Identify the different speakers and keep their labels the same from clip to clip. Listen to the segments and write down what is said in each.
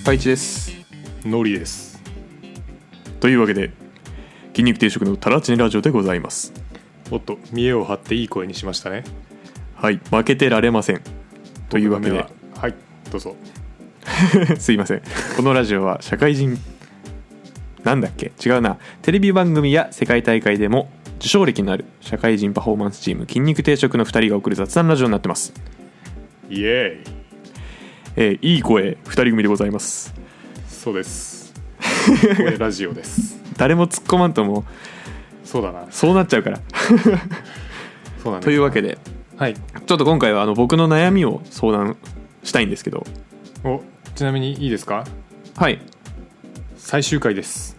Speaker 1: 太一です
Speaker 2: ノリです
Speaker 1: というわけで筋肉定食のタラチネラジオでございます
Speaker 2: おっと見栄を張っていい声にしましたね
Speaker 1: はい負けてられませんというわけ
Speaker 2: 僕
Speaker 1: で
Speaker 2: の目ははいどうぞ
Speaker 1: すいませんこのラジオは社会人なんだっけ違うなテレビ番組や世界大会でも受賞歴のある社会人パフォーマンスチーム筋肉定食の2人が送る雑談ラジオになってます、
Speaker 2: イエーイ
Speaker 1: えーいい声2人組でございます
Speaker 2: そうです これラジオです
Speaker 1: 誰も突っ込まんともう
Speaker 2: そうだな
Speaker 1: そうなっちゃうから
Speaker 2: そうなん
Speaker 1: というわけで
Speaker 2: はい
Speaker 1: ちょっと今回はあの僕の悩みを相談したいんですけど
Speaker 2: おちなみにいいですか
Speaker 1: はい
Speaker 2: 最終回です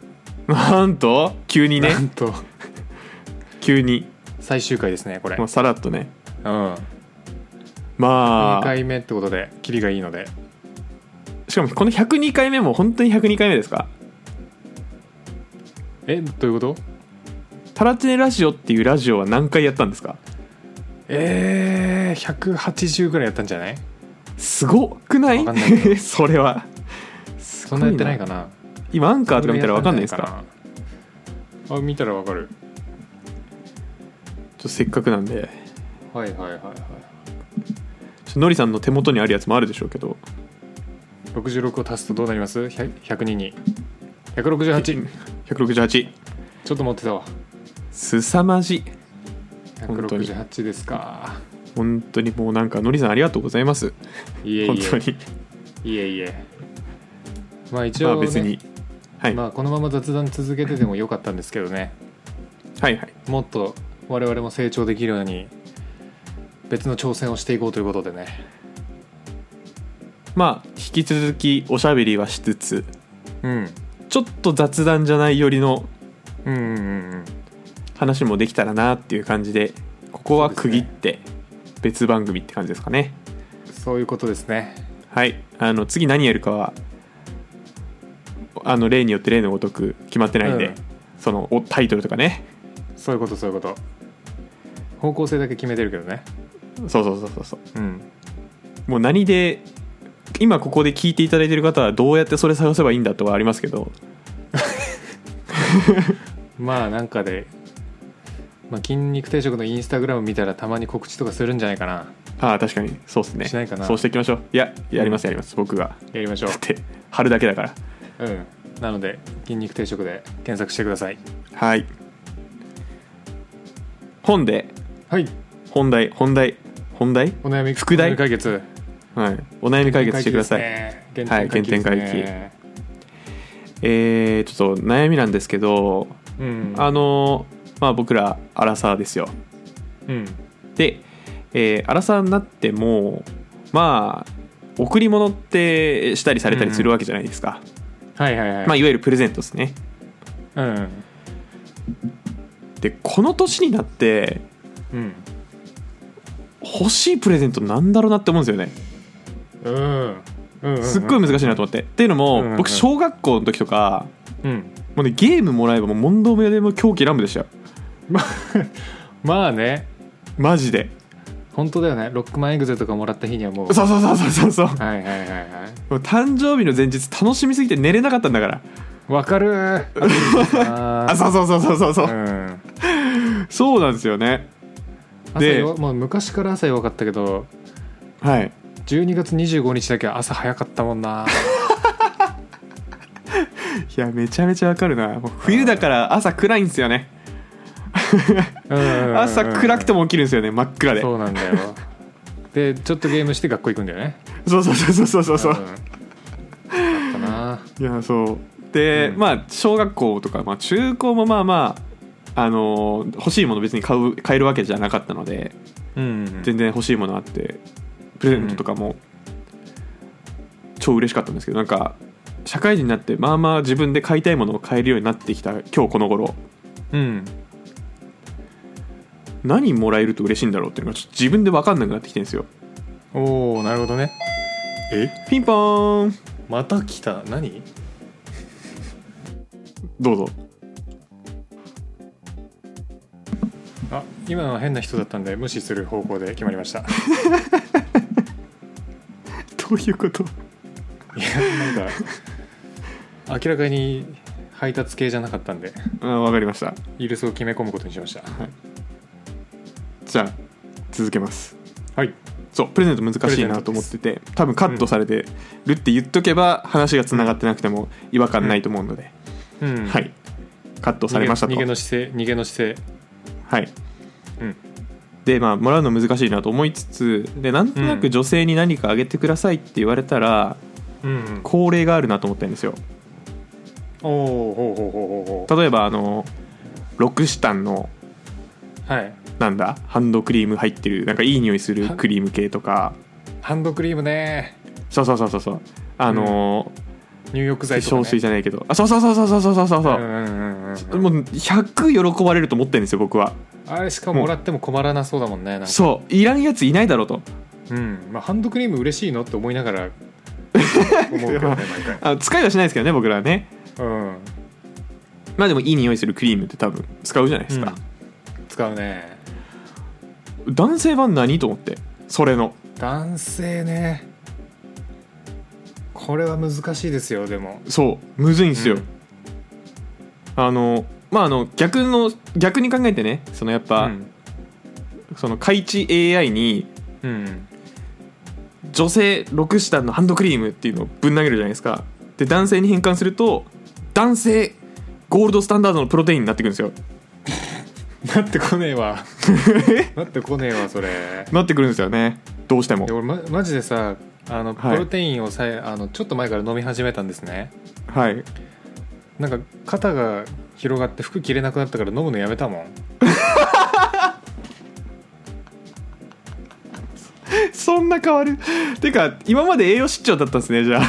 Speaker 1: なんと急にね
Speaker 2: なんと
Speaker 1: 急に、
Speaker 2: 最終回ですねこれ、
Speaker 1: まあ、さらっとね
Speaker 2: うん
Speaker 1: ま
Speaker 2: 2
Speaker 1: あ
Speaker 2: 回目ってことでキリがいいので
Speaker 1: しかもこの102回目も本当に102回目ですか
Speaker 2: えどういうこと
Speaker 1: タラチネラジオっていうラジオは何回やったんですか
Speaker 2: えー、180ぐらいやったんじゃない
Speaker 1: すごくない
Speaker 2: わかんないけ
Speaker 1: それは
Speaker 2: そんなやってないかな
Speaker 1: 今アンカーとか見たら分かんないですか
Speaker 2: かあ見たらわかる
Speaker 1: ちょっとせっかくなんで
Speaker 2: はいはいはいはい
Speaker 1: ちょっとのりさんの手元にあるやつもあるでしょうけど
Speaker 2: 66を足すとどうなります100 102に168
Speaker 1: 168
Speaker 2: ちょっと持ってたわ
Speaker 1: すさまじい本当に
Speaker 2: 168ですか
Speaker 1: 本当にもうなんかのりさんありがとうございます
Speaker 2: いえい
Speaker 1: 本当に
Speaker 2: えいえいえまあ一
Speaker 1: まあ
Speaker 2: 応、ね
Speaker 1: 別に、はい、
Speaker 2: まあ、このまま雑談続けててもよかったんですけどね
Speaker 1: はいはい
Speaker 2: もっと我々も成長できるように別の挑戦をしていこうということでね
Speaker 1: まあ引き続きおしゃべりはしつつ
Speaker 2: うん
Speaker 1: ちょっと雑談じゃないよりの
Speaker 2: うんうんうんうん
Speaker 1: 話もできたらなっていう感じでここは
Speaker 2: そう
Speaker 1: 区
Speaker 2: で
Speaker 1: 切
Speaker 2: すね
Speaker 1: って別番組って感じですかね
Speaker 2: そういうことですね
Speaker 1: はいあの次何やるかはあの例によって例のごとく決まってないんで、
Speaker 2: うん
Speaker 1: そのおタイトルとかね
Speaker 2: そういうことそういうこと方向性だけ決めてるけどね
Speaker 1: そうそうそうそうそう
Speaker 2: うん
Speaker 1: もう何で今ここで聞いていただいてる方はどうやってそれ探せばいいんだとはありますけど
Speaker 2: まあなんかで、まあ、筋肉定食のインスタグラム見たらたまに告知とかするんじゃないかな
Speaker 1: ああ確かにそうですね
Speaker 2: しないかな
Speaker 1: そうしていきましょういややりますやります、僕が
Speaker 2: やりましょ
Speaker 1: だって貼るだけだから
Speaker 2: ううんなので筋肉定食で検索してください
Speaker 1: はい本で
Speaker 2: はい
Speaker 1: 本題本題本題
Speaker 2: お悩み
Speaker 1: 副題
Speaker 2: お悩み解決
Speaker 1: はい、お悩み解決してください、
Speaker 2: 原点
Speaker 1: はい
Speaker 2: 回帰ですね
Speaker 1: 原点回えー、ちょっと悩みなんですけど
Speaker 2: うん
Speaker 1: あのーまあ僕らアラサーですよ
Speaker 2: うん
Speaker 1: で、えーアラサーになってもまあ贈り物ってしたりされたりするわけじゃないですか、
Speaker 2: はいはいはい、
Speaker 1: まあ、いわゆるプレゼントですね
Speaker 2: うん
Speaker 1: でこの年になって
Speaker 2: うん
Speaker 1: 欲しいプレゼントなんだろうなって思うんですよね
Speaker 2: うんうん
Speaker 1: すっごい難しいなと思って、っていうのも、
Speaker 2: うんうん
Speaker 1: 僕小学校の時とか
Speaker 2: うん
Speaker 1: もうねゲームもらえばもう問答無用でもう狂気乱舞でしたよ
Speaker 2: まあまあね
Speaker 1: マジで
Speaker 2: 本当だよねロックマンエグゼとかもらった日にはもう
Speaker 1: そうそうそうそうそうそう
Speaker 2: はいはいはいは
Speaker 1: もう誕生日の前日楽しみすぎて寝れなかったんだから
Speaker 2: いわかるーあ
Speaker 1: あそうそうそうそうそうそう、
Speaker 2: うん
Speaker 1: そうなんですよね
Speaker 2: 朝
Speaker 1: で
Speaker 2: よもう昔から朝弱かったけど
Speaker 1: はい
Speaker 2: 12月25日だけは朝早かったもん な
Speaker 1: いやめちゃめちゃわかるなもう冬だから朝暗いんですよね朝暗くて
Speaker 2: も
Speaker 1: も起きるんですよね真っ暗で
Speaker 2: そうなんだよでちょっとゲームして学校行くんだよね
Speaker 1: そうそうそうそうそうそ
Speaker 2: ん
Speaker 1: う
Speaker 2: あったない
Speaker 1: やそうで、
Speaker 2: うん
Speaker 1: まあ小学校とか、まあ、中高もまあまああのー欲しいもの別に買う買えるわけじゃなかったので
Speaker 2: うん
Speaker 1: 全然欲しいものあってプレゼントとかも超嬉しかったんですけどなんか社会人になってまあまあ自分で買いたいものを買えるようになってきた今日この頃
Speaker 2: うん
Speaker 1: 何もらえると嬉しいんだろうっていうのがちょっと自分で分かんなくなってきてるんですよ
Speaker 2: おおなるほどねえ
Speaker 1: ピンポーン
Speaker 2: また来た何
Speaker 1: どうぞ
Speaker 2: あ今のは変な人だったんで無視する方 向で決まりました
Speaker 1: どういうこと
Speaker 2: いやなんか明らかに配達系じゃなかったんで
Speaker 1: あわかりました
Speaker 2: イルスを決め込むことにしました
Speaker 1: じゃあ続けます
Speaker 2: はい
Speaker 1: そうプレゼント難しいなと思ってて多分カットされてるって言っとけば話がつながってなくても違和感ないと思うので、
Speaker 2: うん
Speaker 1: はいカットされましたと
Speaker 2: 逃げ逃げの姿勢逃げの姿勢
Speaker 1: はい
Speaker 2: うん
Speaker 1: でまあもらうの難しいなと思いつつでなんとなく女性に何かあげてくださいって言われたら、
Speaker 2: うんうん
Speaker 1: 恒例があるなと思ったんですよ
Speaker 2: おおほうほうほうほうほ
Speaker 1: 例えばあのロクシタンの
Speaker 2: うはい
Speaker 1: なんだハンドクリーム入ってるなんかいい匂いするクリーム系とか
Speaker 2: ハンドクリームね
Speaker 1: そうそうそうそうそうあのー
Speaker 2: 入浴
Speaker 1: 化
Speaker 2: 剤とか、ね、
Speaker 1: 粧水じゃないけどあそうそうそうそうそうそうそうそう
Speaker 2: うんうんうんうんうん
Speaker 1: もう100喜ばれると思ってるんですよ僕は
Speaker 2: あれしかももらっても困らなそうだもんねなんか
Speaker 1: そういらんやついないだろうと
Speaker 2: うんまあ、ハンドクリーム嬉しいのって思いなが ら思うけどね毎
Speaker 1: あ使いはしないですけどね僕らはね
Speaker 2: 回うん
Speaker 1: まあでもいい匂いするクリームって多分使うじゃないですか、
Speaker 2: 使うね
Speaker 1: 男性版何と思ってそれの
Speaker 2: 男性ねこれは難しいですよでも
Speaker 1: そうむずいんですよ、
Speaker 2: うん
Speaker 1: あのまああの逆の逆に考えてねそのやっぱ、
Speaker 2: うん
Speaker 1: その開智 AI に
Speaker 2: うん
Speaker 1: 女性6下のハンドクリームっていうのをぶん投げるじゃないですかで男性に変換すると男性ゴールドスタンダードのプロテインになってくるんですよ
Speaker 2: なってこねえ わなってこねえわそれ
Speaker 1: なってくるんですよねどうしても
Speaker 2: で俺、ま、マジでさあのプ
Speaker 1: はい
Speaker 2: ロテインをさえ、あのちょっと前から飲み始めたんですね
Speaker 1: はい
Speaker 2: なんか肩が広がって服着れなくなったから飲むのやめたもん
Speaker 1: そんな変わるてか今まで栄養失調だったんですねじゃあ
Speaker 2: い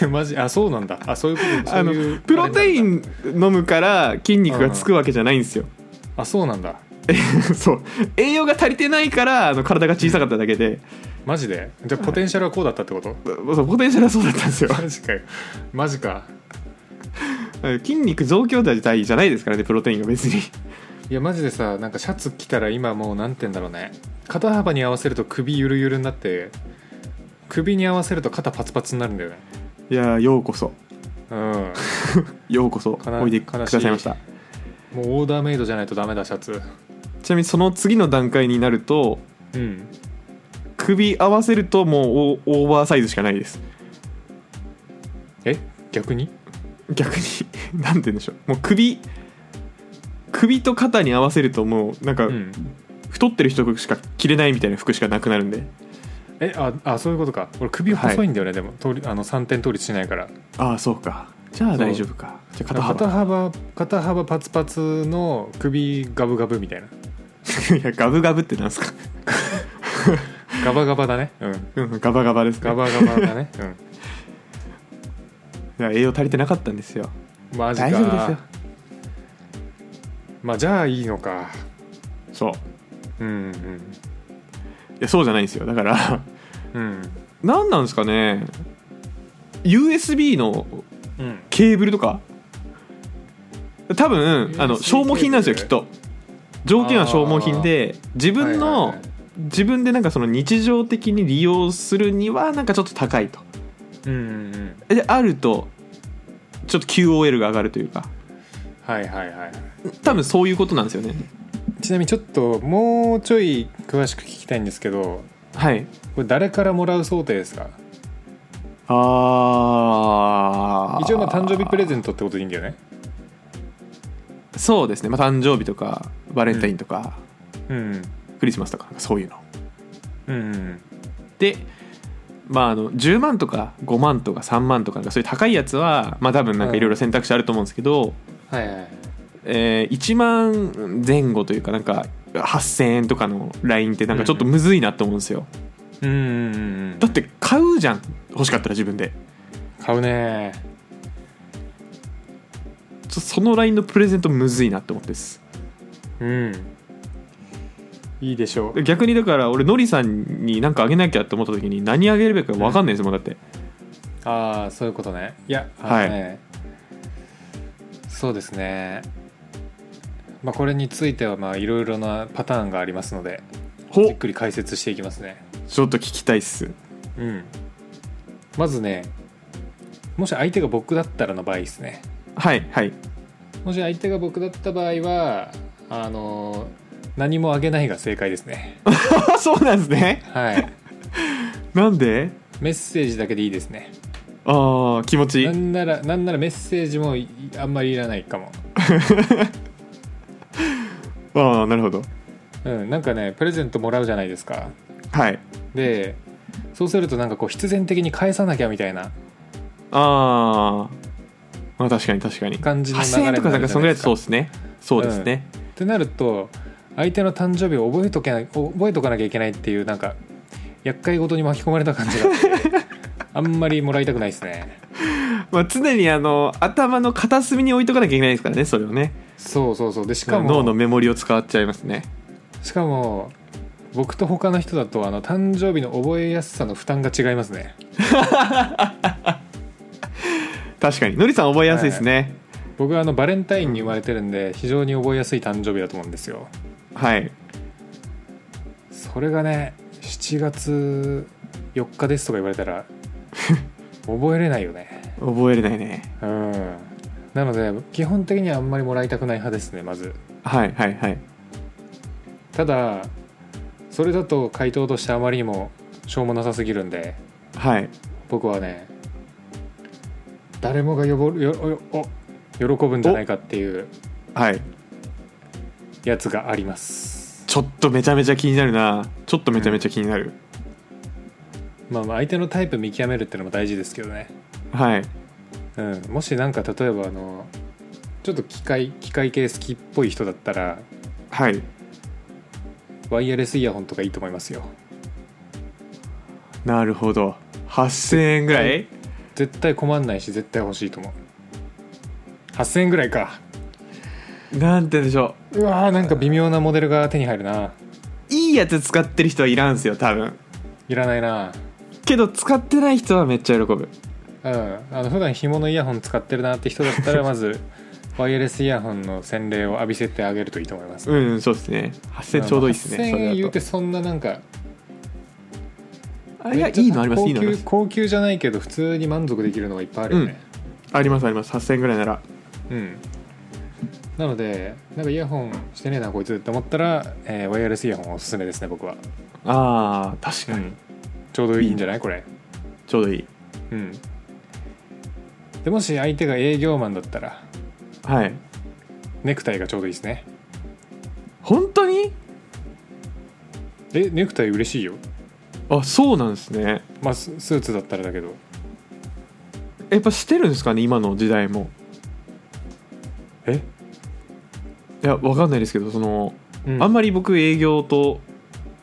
Speaker 2: やマジあそうなんだあそういうことそ
Speaker 1: あ
Speaker 2: うい
Speaker 1: の
Speaker 2: う
Speaker 1: プロテイ
Speaker 2: ン
Speaker 1: ン飲むから筋肉がつくわけじゃないんです よ、
Speaker 2: あそうなんだ
Speaker 1: そう栄養が足りてないからあの体が小さかっただけで、
Speaker 2: マジでじゃあポテンシャルはこうだったってこと
Speaker 1: そうポテンシャルはそうだったんですよ
Speaker 2: マジかよマジか
Speaker 1: 筋肉増強剤じゃないですからねプロテインが別に
Speaker 2: いやマジでさなんかシャツ着たら今もうなんて言うんだろうね肩幅に合わせると首ゆるゆるになって首に合わせると肩パツパツになるんだよね
Speaker 1: いやーようこそ
Speaker 2: うん
Speaker 1: ようこそ
Speaker 2: かな
Speaker 1: おいでくださいました
Speaker 2: もうオーダーメイドじゃないとダメだシャツ
Speaker 1: ちなみにその次の段階になると
Speaker 2: うん
Speaker 1: 首合わせるともうオーオーバーサイズしかないです
Speaker 2: え逆に
Speaker 1: 逆になんて言うんでしょうもう首首と肩に合わせるともうなんか
Speaker 2: うん
Speaker 1: 太ってる人しか着れないみたいな服しかなくなるんで
Speaker 2: えああそういうことか俺首細いんだよね、でも通りあの3点倒立しないから
Speaker 1: ああそうかじゃあ
Speaker 2: そう
Speaker 1: 大丈夫かじゃあ肩幅
Speaker 2: 肩幅肩幅パツパツの首ガブガブみたいない
Speaker 1: やガブガブってなんですか
Speaker 2: ガバガバだねうん
Speaker 1: うんガバガバですか
Speaker 2: ガバガバだね う
Speaker 1: いや栄養足りてなかったんですよ
Speaker 2: んマジか
Speaker 1: 大丈夫ですよ
Speaker 2: まあじゃあいいのか
Speaker 1: そう
Speaker 2: うん
Speaker 1: いやそうじゃないんですよだから
Speaker 2: うんうん
Speaker 1: 何なんですかね USB の
Speaker 2: うん
Speaker 1: ケーブルとか多分
Speaker 2: USB
Speaker 1: あの消耗品なんですよ
Speaker 2: ケ
Speaker 1: き
Speaker 2: ー
Speaker 1: っ
Speaker 2: ブ
Speaker 1: と条件は消耗品で自分の、
Speaker 2: はいはいはい
Speaker 1: 自分でなんかその日常的に利用するにはなんかちょっと高いと
Speaker 2: うんうんうん
Speaker 1: であるとちょっと QOL が上がるというか
Speaker 2: はいはいはい
Speaker 1: 多分そういうことなんですよね
Speaker 2: ちなみにちょっともうちょい詳しく聞きたいんですけど
Speaker 1: はい
Speaker 2: これ誰からもらう想定ですか
Speaker 1: あー
Speaker 2: 一応まあ誕生日プレゼントってことでいいんだよね
Speaker 1: そうですね、まあ、誕生日とかバレンタインとか、
Speaker 2: うん
Speaker 1: クリスマスとかなんかそういうの
Speaker 2: うんうん
Speaker 1: でまああの10万とか5万とか3万とかなんかそういう高いやつはまあ多分なんかいろいろ選択肢あると思うんですけど、
Speaker 2: はいはい
Speaker 1: えー1万前後というかなんか8,000円とかのラインってなんかちょっとむずいなと思うんですよ、
Speaker 2: うんうんうんうん
Speaker 1: だって買うじゃん欲しかったら自分で
Speaker 2: 買うね
Speaker 1: ちょそのラインのプレゼントむずいなって思ってです
Speaker 2: うんいいでしょう
Speaker 1: 逆にだから俺のりさんに何かあげなきゃって思った時に何あげるべきか分かんないですもんだって
Speaker 2: ああそういうことねいや
Speaker 1: はい
Speaker 2: あのねそうですねまあこれについてはまあいろいろなパターンがありますので
Speaker 1: ほ
Speaker 2: じっくり解説していきますね
Speaker 1: ちょっと聞きたいっす
Speaker 2: うんまずねもし相手が僕だったらの場合ですね
Speaker 1: はいはい
Speaker 2: もし相手が僕だった場合はあの何もあげないが正解ですね
Speaker 1: あそうなんですね
Speaker 2: はい
Speaker 1: なんで
Speaker 2: メッセージだけでいいですね
Speaker 1: ああ気持ちいい
Speaker 2: なんならなんならメッセージもいあんまりいらないかも
Speaker 1: ああなるほど
Speaker 2: うんなんかねプレゼントもらうじゃないですか
Speaker 1: はい
Speaker 2: でそうするとなんかこう必然的に返さなきゃみたいな
Speaker 1: あーまあ確かに確かに
Speaker 2: 感じの流れ
Speaker 1: 8000円とか
Speaker 2: に
Speaker 1: な
Speaker 2: なんる
Speaker 1: か
Speaker 2: じ
Speaker 1: そ
Speaker 2: ゃ
Speaker 1: んぐらい
Speaker 2: ないで
Speaker 1: だ
Speaker 2: す
Speaker 1: とそう
Speaker 2: か
Speaker 1: ですねそうですね、
Speaker 2: ってなると相手の誕生日を覚えとけな覚えとかなきゃいけないっていうなんか厄介事に巻き込まれた感じがあって あんまりもらいたくないですね
Speaker 1: まあ、常にあの頭の片隅に置いとかなきゃいけないですからねそれをね
Speaker 2: そうそうそうでしか
Speaker 1: 脳の
Speaker 2: も
Speaker 1: メモリを使っちゃいますね
Speaker 2: しかも僕と他の人だとあの誕生日の覚えやすさの負担が違いますね
Speaker 1: 確かにのりさん覚えやすいですね
Speaker 2: 僕はあのバレンタインに生まれてるんで非常に覚えやすい誕生日だと思うんですよ
Speaker 1: はい
Speaker 2: それがね7月4日ですとか言われ たら覚えれないよね
Speaker 1: 覚えれないね
Speaker 2: うんなので基本的にはあんまりもらいたくない派ですねまず
Speaker 1: はいはいはい
Speaker 2: ただそれだと回答としてあまりにもしょうもなさすぎるんで
Speaker 1: はい
Speaker 2: 僕はね誰もがよぼよよお喜ぶんじゃないかっていう
Speaker 1: はい
Speaker 2: やつがあります
Speaker 1: ちょっとめちゃめちゃ気になるなちょっとめちゃめちゃ気になる、
Speaker 2: まあまあ相手のタイプ見極めるってのも大事ですけどね、
Speaker 1: はい
Speaker 2: うん、もしなんか例えばあのちょっと機械機械系好きっぽい人だったら
Speaker 1: はい
Speaker 2: ワイヤレスイヤホンとかいいと思いますよ
Speaker 1: なるほど8000円ぐらい
Speaker 2: 絶対困んないし絶対欲しいと思う8000円ぐらいか
Speaker 1: なんて言うんでしょ
Speaker 2: うわーなんか微妙なモデルが手に入るな
Speaker 1: ういいやつ使ってる人はいらんすよ多分
Speaker 2: いらないな
Speaker 1: けど使ってない人はめっちゃ喜ぶ
Speaker 2: うんあの普段紐のイヤホン使ってるなって人だったら まずワイヤレスイヤホンの洗礼を浴びせてあげるといいと思います
Speaker 1: うんうんそうですね8000円ちょうどいいですね
Speaker 2: 8000
Speaker 1: それだ
Speaker 2: 円
Speaker 1: と
Speaker 2: 言うてそんななんか
Speaker 1: あれがい
Speaker 2: めっちゃ
Speaker 1: いのありますいいのありま
Speaker 2: 高級
Speaker 1: す
Speaker 2: 高級じゃないけど普通に満足できるのがいっぱいあるよね
Speaker 1: ありますあります8000円ぐらいなら
Speaker 2: うん、なのでなんかイヤホンしてねえなこいつって思ったら、えーワイヤレスイヤホンおすすめですね僕は、
Speaker 1: あー確
Speaker 2: う
Speaker 1: かに、
Speaker 2: ん、ちょうどいいんじゃないこれ
Speaker 1: ちょうどいい
Speaker 2: うんでもし相手が営業マンだったら
Speaker 1: はい
Speaker 2: ネクタイがちょうどいいですね
Speaker 1: 本当に
Speaker 2: えネクタイ嬉しいよ
Speaker 1: あそうなんですね
Speaker 2: まあススーツだったらだけど
Speaker 1: やっぱしてるんですかね今の時代も
Speaker 2: え、
Speaker 1: いやわかんないですけどその、
Speaker 2: うん、
Speaker 1: あん
Speaker 2: ま
Speaker 1: まり僕営業と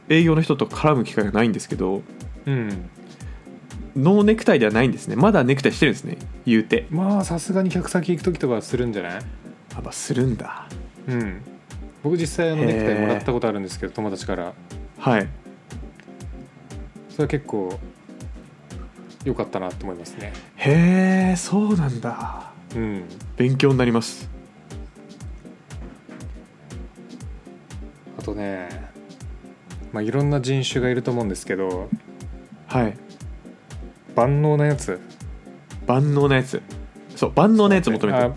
Speaker 1: 営業の人と絡む機会がないんですけど
Speaker 2: うん
Speaker 1: ノーネクタイではないんですねまだネクタイしてるんですね言うて
Speaker 2: まあさすがに客先行く時とかはするんじゃない
Speaker 1: やっぱするんだ
Speaker 2: うん僕実際あのネクタイもらったことあるんですけど友達から
Speaker 1: はい
Speaker 2: それは結構良かったなと思いますね
Speaker 1: へえそうなんだ
Speaker 2: うん
Speaker 1: 勉強になります
Speaker 2: あとねまあいろんな人種がいると思うんですけど
Speaker 1: はい
Speaker 2: 万能なやつ
Speaker 1: 万能なやつそう万能なやつ求めてる
Speaker 2: あ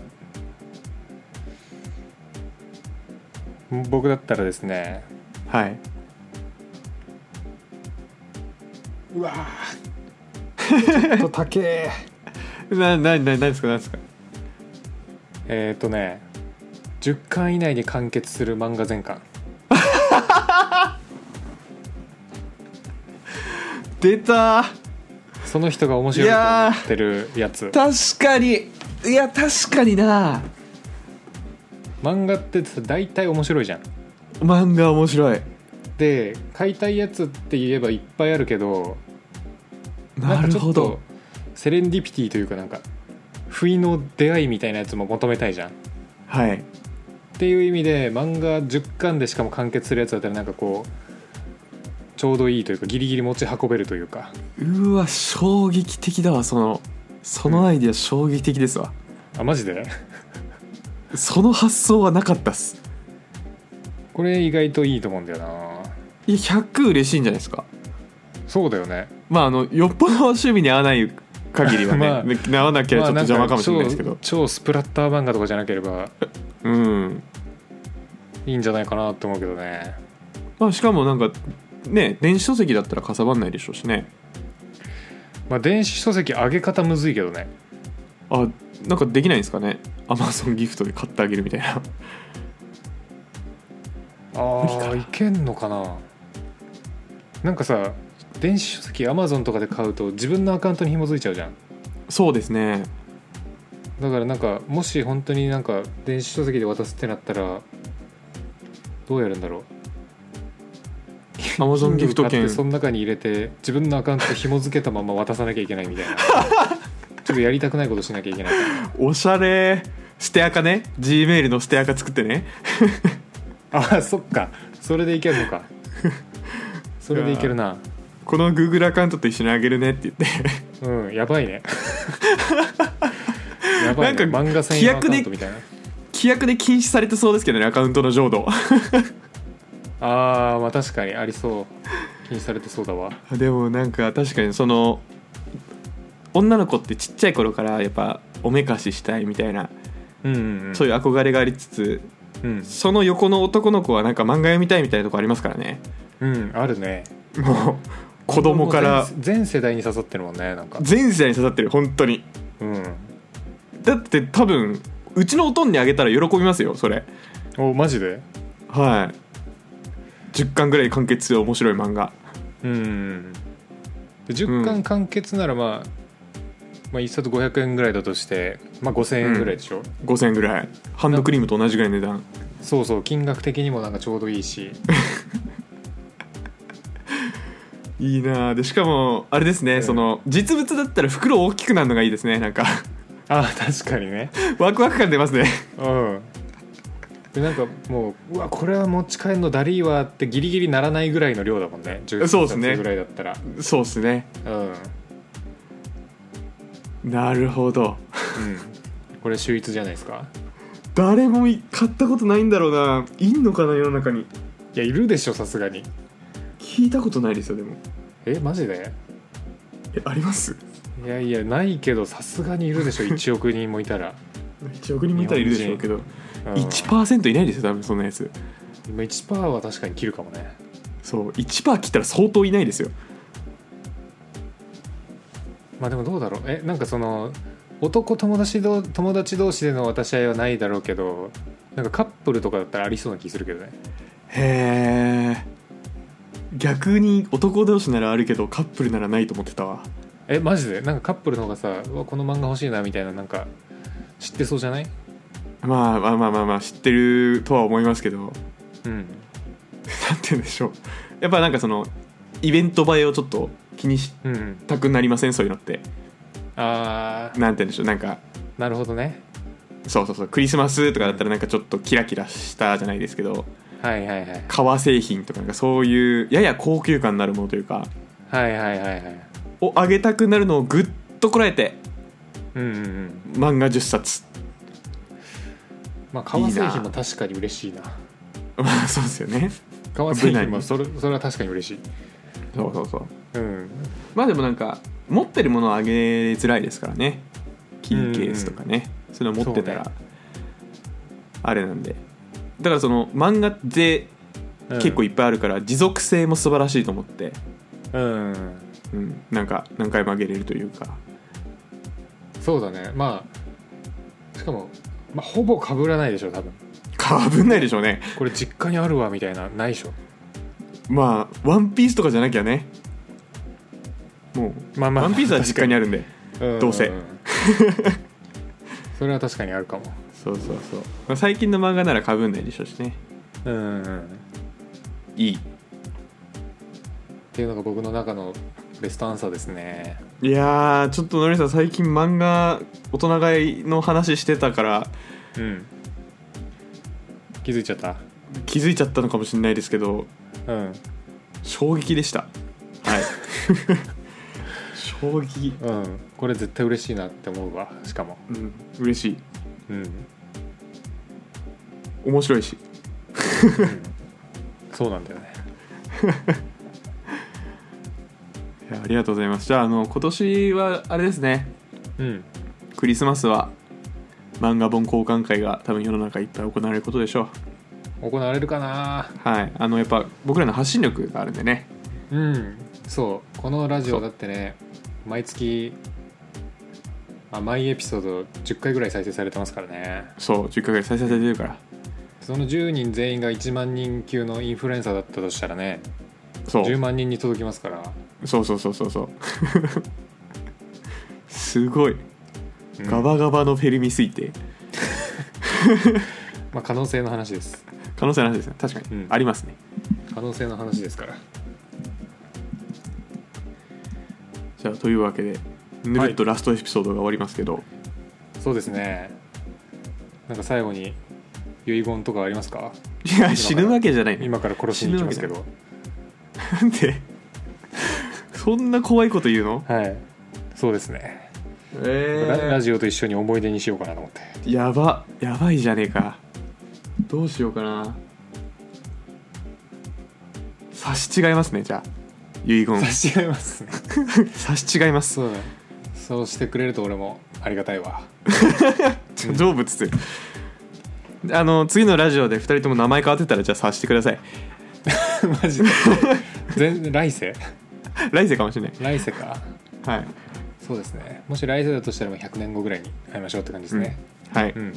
Speaker 2: 僕だったらですね
Speaker 1: はいう
Speaker 2: わーちょっと高え
Speaker 1: ななな何ですか何ですか
Speaker 2: えーっとね10巻以内で完結する漫画全巻
Speaker 1: 出た
Speaker 2: その人が面白いと思ってるやつ
Speaker 1: 確かにいや確かにな
Speaker 2: 漫画ってさ大体面白いじゃん
Speaker 1: 漫画面白い
Speaker 2: で買いたいやつって言えばいっぱいあるけど
Speaker 1: なん
Speaker 2: か
Speaker 1: る
Speaker 2: ちょ
Speaker 1: ほ
Speaker 2: っと
Speaker 1: ど
Speaker 2: セレンディピティというかなんか不意の出会いみたいなやつも求めたいじゃんっ
Speaker 1: はい
Speaker 2: ていう意味で漫画10巻でしかも完結するやつだったらなんかこうちょうどいいというかギリギリ持ち運べるというか
Speaker 1: うわ衝撃的だわそのそのアイディア衝撃的ですわ、
Speaker 2: あマジで
Speaker 1: その発想はなかったっす
Speaker 2: これ意外といいと思うんだよない
Speaker 1: や100嬉しいんじゃないですか
Speaker 2: そうだよね
Speaker 1: まああのよっぽど趣味に合わない限りはね、
Speaker 2: まあ
Speaker 1: ならなきゃちょっと邪魔かもしれないですけど、
Speaker 2: まあんか超超スプラッター漫画とかじゃなければ
Speaker 1: うん
Speaker 2: いいんじゃないかなと思うけどね
Speaker 1: まあ、しかもなんかね電子書籍だったらかさばんないでしょうしね
Speaker 2: まあ電子書籍上げ方むずいけどね
Speaker 1: あなんかできないんですかねアマゾンギフトで買ってあげるみたいな
Speaker 2: あ
Speaker 1: 無理か
Speaker 2: あいけんのかななんかさ電子書籍 Amazon とかで買うと自分のアカウントに紐づいちゃうじゃん
Speaker 1: そうですね
Speaker 2: だからなんかもし本当になんか電子書籍で渡すってなったらどうやるんだろう
Speaker 1: アマゾンギフト
Speaker 2: 買っ
Speaker 1: 券
Speaker 2: て その中に入れて自分のアカウントと紐付けたまま渡さなきゃいけないみたいなちょっとやりたくないことしなきゃいけない
Speaker 1: おしゃれステアカね G メールのステアカ作ってね
Speaker 2: あそっかそれでいけるのかそれでいけるな
Speaker 1: この Google アカウントと一緒にあげるねって言って
Speaker 2: うんやばいねやばい、
Speaker 1: な
Speaker 2: ね、
Speaker 1: んか
Speaker 2: 漫画専用アカウントみたいな
Speaker 1: 規約で禁止されてそうですけどねアカウントの浄土
Speaker 2: あーまあ確かにありそう気にされてそうだわ
Speaker 1: でもなんか確かにその女の子ってちっちゃい頃からやっぱおめかししたいみたいな
Speaker 2: うんうん、うん、
Speaker 1: そういう憧れがありつつ
Speaker 2: うん、
Speaker 1: その横の男の子はなんか漫画読みたいみたいなとこありますからね
Speaker 2: うん、あるね
Speaker 1: もう子供から
Speaker 2: 全全世代に刺さってるもんねなんか
Speaker 1: 全世代に刺さってる本当に
Speaker 2: うん
Speaker 1: だって多分うちのおとんにあげたら喜びますよそれ
Speaker 2: おマジで
Speaker 1: はい10巻ぐらい完結する面白い漫画
Speaker 2: うんで10巻完結ならまあ、まあ1冊500円ぐらいだとして、まあ、5000円ぐらいでしょ、
Speaker 1: 5000円ぐらいハンドクリームと同じぐらいの値段
Speaker 2: そうそう金額的にもなんかちょうどいい し
Speaker 1: いいなあでしかもあれですね、
Speaker 2: うん
Speaker 1: その実物だったら袋大きくなるのがいいですねなんか
Speaker 2: あ確かにね
Speaker 1: ワクワク感出ますね
Speaker 2: うんでなんかもううわこれは持ち帰るのだりーわってギリギリならないぐらいの量だもんね10
Speaker 1: そうですね
Speaker 2: 冊ぐらいだったら
Speaker 1: そうっすね
Speaker 2: うん、うん、
Speaker 1: なるほど
Speaker 2: これ秀逸じゃないですか
Speaker 1: 誰もい買ったことないんだろうないんのかな世の中に
Speaker 2: いやいるでしょさすがに
Speaker 1: 聞いたことないですよでも
Speaker 2: えマジで
Speaker 1: えあります
Speaker 2: いやいやないけどさすがにいるでしょ1億人もいたら、
Speaker 1: 1億人もいたらいるでしょうけど
Speaker 2: うん、
Speaker 1: 1%いないですよ多分そんなやつ
Speaker 2: 今1%は確かに切るかもね
Speaker 1: そう1%切ったら相当いないですよ
Speaker 2: まあでもどうだろうえなんかその男友達ど友達同士での渡し合いはないだろうけどなんかカップルとかだったらありそうな気するけどね
Speaker 1: へえ逆に男同士ならあるけどカップルならないと思ってたわ
Speaker 2: えマジでなんかカップルの方がさうわこの漫画欲しいなみたいななんか知ってそうじゃない
Speaker 1: まあまあまあまあまあ知ってるとは思いますけどなんて
Speaker 2: うん
Speaker 1: 言うんでしょうやっぱなんかそのイベント映えをちょっと気にし
Speaker 2: うんうん
Speaker 1: たくなりませんそういうのって
Speaker 2: あー
Speaker 1: なんて言うんでしょうなんか
Speaker 2: なるほどね
Speaker 1: そうそうそうクリスマスとかだったらなんかちょっとキラキラしたじゃないですけど
Speaker 2: はいはいはい
Speaker 1: 革製品とかなんかそういうやや高級感のあるものというか
Speaker 2: はいはいはいはい
Speaker 1: をあげたくなるのをぐっとこらえて
Speaker 2: うんうんうん
Speaker 1: 漫画10冊
Speaker 2: まあ革製品も確かに嬉しいな
Speaker 1: まあそうですよね
Speaker 2: 革製品もそれそれは確かに嬉しい
Speaker 1: そうそうそう
Speaker 2: うん
Speaker 1: まあでもなんか持ってるものをあげづらいですからねキーケースとかね、そういうの持ってたら
Speaker 2: そう
Speaker 1: あれなんでだからその漫画って
Speaker 2: うん
Speaker 1: 結構いっぱいあるから持続性も素晴らしいと思って、
Speaker 2: うん
Speaker 1: うん、なんか何回もあげれるというか
Speaker 2: そうだねまあしかも、まあ、ほぼ被らないでしょ多分
Speaker 1: かぶんないでしょうね
Speaker 2: これ実家にあるわみたいなないでしょ
Speaker 1: まあワンピースとかじゃなきゃねも
Speaker 2: まあ
Speaker 1: うワンピースは実家にあるんでどうせ
Speaker 2: それは確かにあるかも
Speaker 1: そうそうそう、まあ、最近の漫画ならかぶんないでしょうしね
Speaker 2: うんうんうん
Speaker 1: いい
Speaker 2: っていうのが僕の中のベストアンサーですね
Speaker 1: いやーちょっとのりさん最近漫画大人買いの話してたから
Speaker 2: うん気づいちゃった
Speaker 1: 気づいちゃったのかもしれないですけど
Speaker 2: うん
Speaker 1: 衝撃でしたはい衝撃
Speaker 2: うんこれ絶対嬉しいなって思うわしかも
Speaker 1: うん嬉しい
Speaker 2: うん、
Speaker 1: 面白いし
Speaker 2: そうなんだよね
Speaker 1: いやありがとうございますじゃああの今年はあれですね
Speaker 2: うん
Speaker 1: クリスマスは漫画本交換会が多分世の中いっぱい行われることでしょう
Speaker 2: 行われるかな
Speaker 1: はいあのやっぱ僕らの発信力があるんでね
Speaker 2: うんそうこのラジ
Speaker 1: そ
Speaker 2: オ
Speaker 1: う
Speaker 2: だってね毎月あ毎エピソード10回ぐらい再生されてますからね
Speaker 1: そう10回ぐらい再生されてるから
Speaker 2: その10人全員が1万人級のインフルエンサーだったとしたらね
Speaker 1: そう
Speaker 2: 10万人に届きますから、
Speaker 1: そうそうそうそうそう すごい
Speaker 2: うん
Speaker 1: ガバガバのフェルミ推定
Speaker 2: まあ、可能性の話です
Speaker 1: 可能性の話ですね確かに、
Speaker 2: うん
Speaker 1: ありますね
Speaker 2: 可能性の話ですから
Speaker 1: じゃあというわけでぬるっとラストエピソードが終わりますけど、
Speaker 2: そうですねなんか最後に遺言とかありますか
Speaker 1: い、や死ぬわけじゃないの
Speaker 2: 今から殺しに行きますけど
Speaker 1: なんでそんな怖いこと言うの
Speaker 2: はいそうですね、ラ
Speaker 1: え
Speaker 2: ラジオと一緒に思い出にしようかなと思って
Speaker 1: ー、やばやばいじゃねえかどうしようかな差し違いますねじゃあ遺言
Speaker 2: 差し違いますね
Speaker 1: 差し違います
Speaker 2: そうだそうしてくれると俺もありがたい わ
Speaker 1: 成仏するあの次のラジオで2人とも名前変わってたらじゃあ察してください
Speaker 2: マジで全来世
Speaker 1: 来世かもしれない
Speaker 2: 来世か
Speaker 1: はい、
Speaker 2: そうですねもし来世だとしたらもう100年後ぐらいに会いましょうって感じですね
Speaker 1: はい
Speaker 2: うん、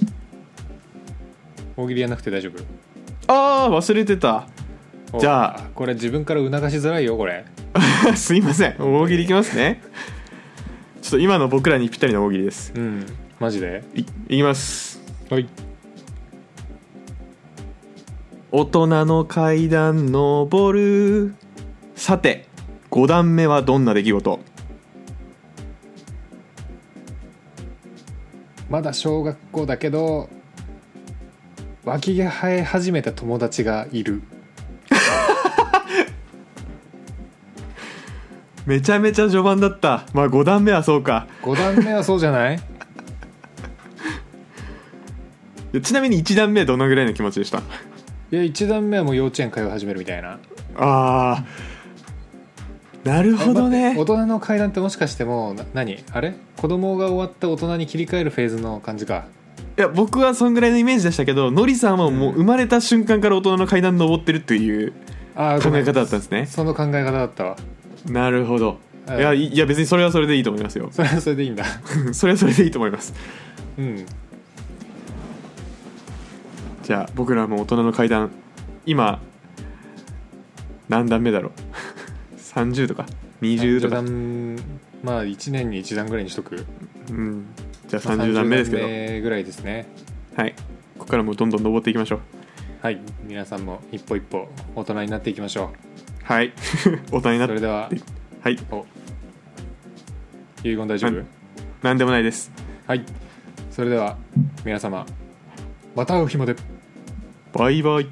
Speaker 2: 大喜利やんなくて大丈夫
Speaker 1: ああ忘れてた
Speaker 2: お
Speaker 1: じゃあ
Speaker 2: これ自分から促しづらいよこれ
Speaker 1: すいません大喜利いきますねちょっと今の僕らにぴったりの大喜利です
Speaker 2: うんマジで
Speaker 1: いいきます
Speaker 2: はい
Speaker 1: 大人の階段登るさて5段目はどんな出来事
Speaker 2: まだ小学校だけど脇毛生え始めた友達がいる
Speaker 1: めちゃめちゃ序盤だったまあ5段目はそうか
Speaker 2: 5段目はそうじゃない
Speaker 1: でちなみに1段目どのぐらいの気持ちでした
Speaker 2: いや1段目はもう幼稚園通い始めるみたいな
Speaker 1: あーなるほど
Speaker 2: え待って大
Speaker 1: ね
Speaker 2: 人の階段ってもしかしてもうな何あれ子供が終わった大人に切り替えるフェーズの感じか
Speaker 1: いや僕はそんぐらいのイメージでしたけどのりさんはもう生まれた瞬間から大人の階段登ってるという
Speaker 2: あー
Speaker 1: 考
Speaker 2: ごめ
Speaker 1: え
Speaker 2: ん
Speaker 1: 方だったんですね
Speaker 2: その考え方だったわ
Speaker 1: なるほどい
Speaker 2: うん
Speaker 1: やいいや別にそれはそれでいいと思いますよ
Speaker 2: それはそれでいいんだ
Speaker 1: それはそれでいいと思います
Speaker 2: うん
Speaker 1: じゃあ僕らも大人の階段今何段目だろう 30とか20と
Speaker 2: 10
Speaker 1: か、
Speaker 2: 段まあ1年に1段ぐらいにしとく
Speaker 1: うん、じゃあ
Speaker 2: まあ
Speaker 1: 30段目ですけど
Speaker 2: 30段目ぐらいですね
Speaker 1: はいここからもうどんどん登っていきましょう
Speaker 2: はい皆さんも一歩一歩大人になっていきましょ
Speaker 1: はい 大人に
Speaker 2: う
Speaker 1: なっ
Speaker 2: それ
Speaker 1: て
Speaker 2: では
Speaker 1: はい
Speaker 2: 遺言大丈夫
Speaker 1: はい何でもないです
Speaker 2: はいそれでは皆様また会う日まで
Speaker 1: バイバイ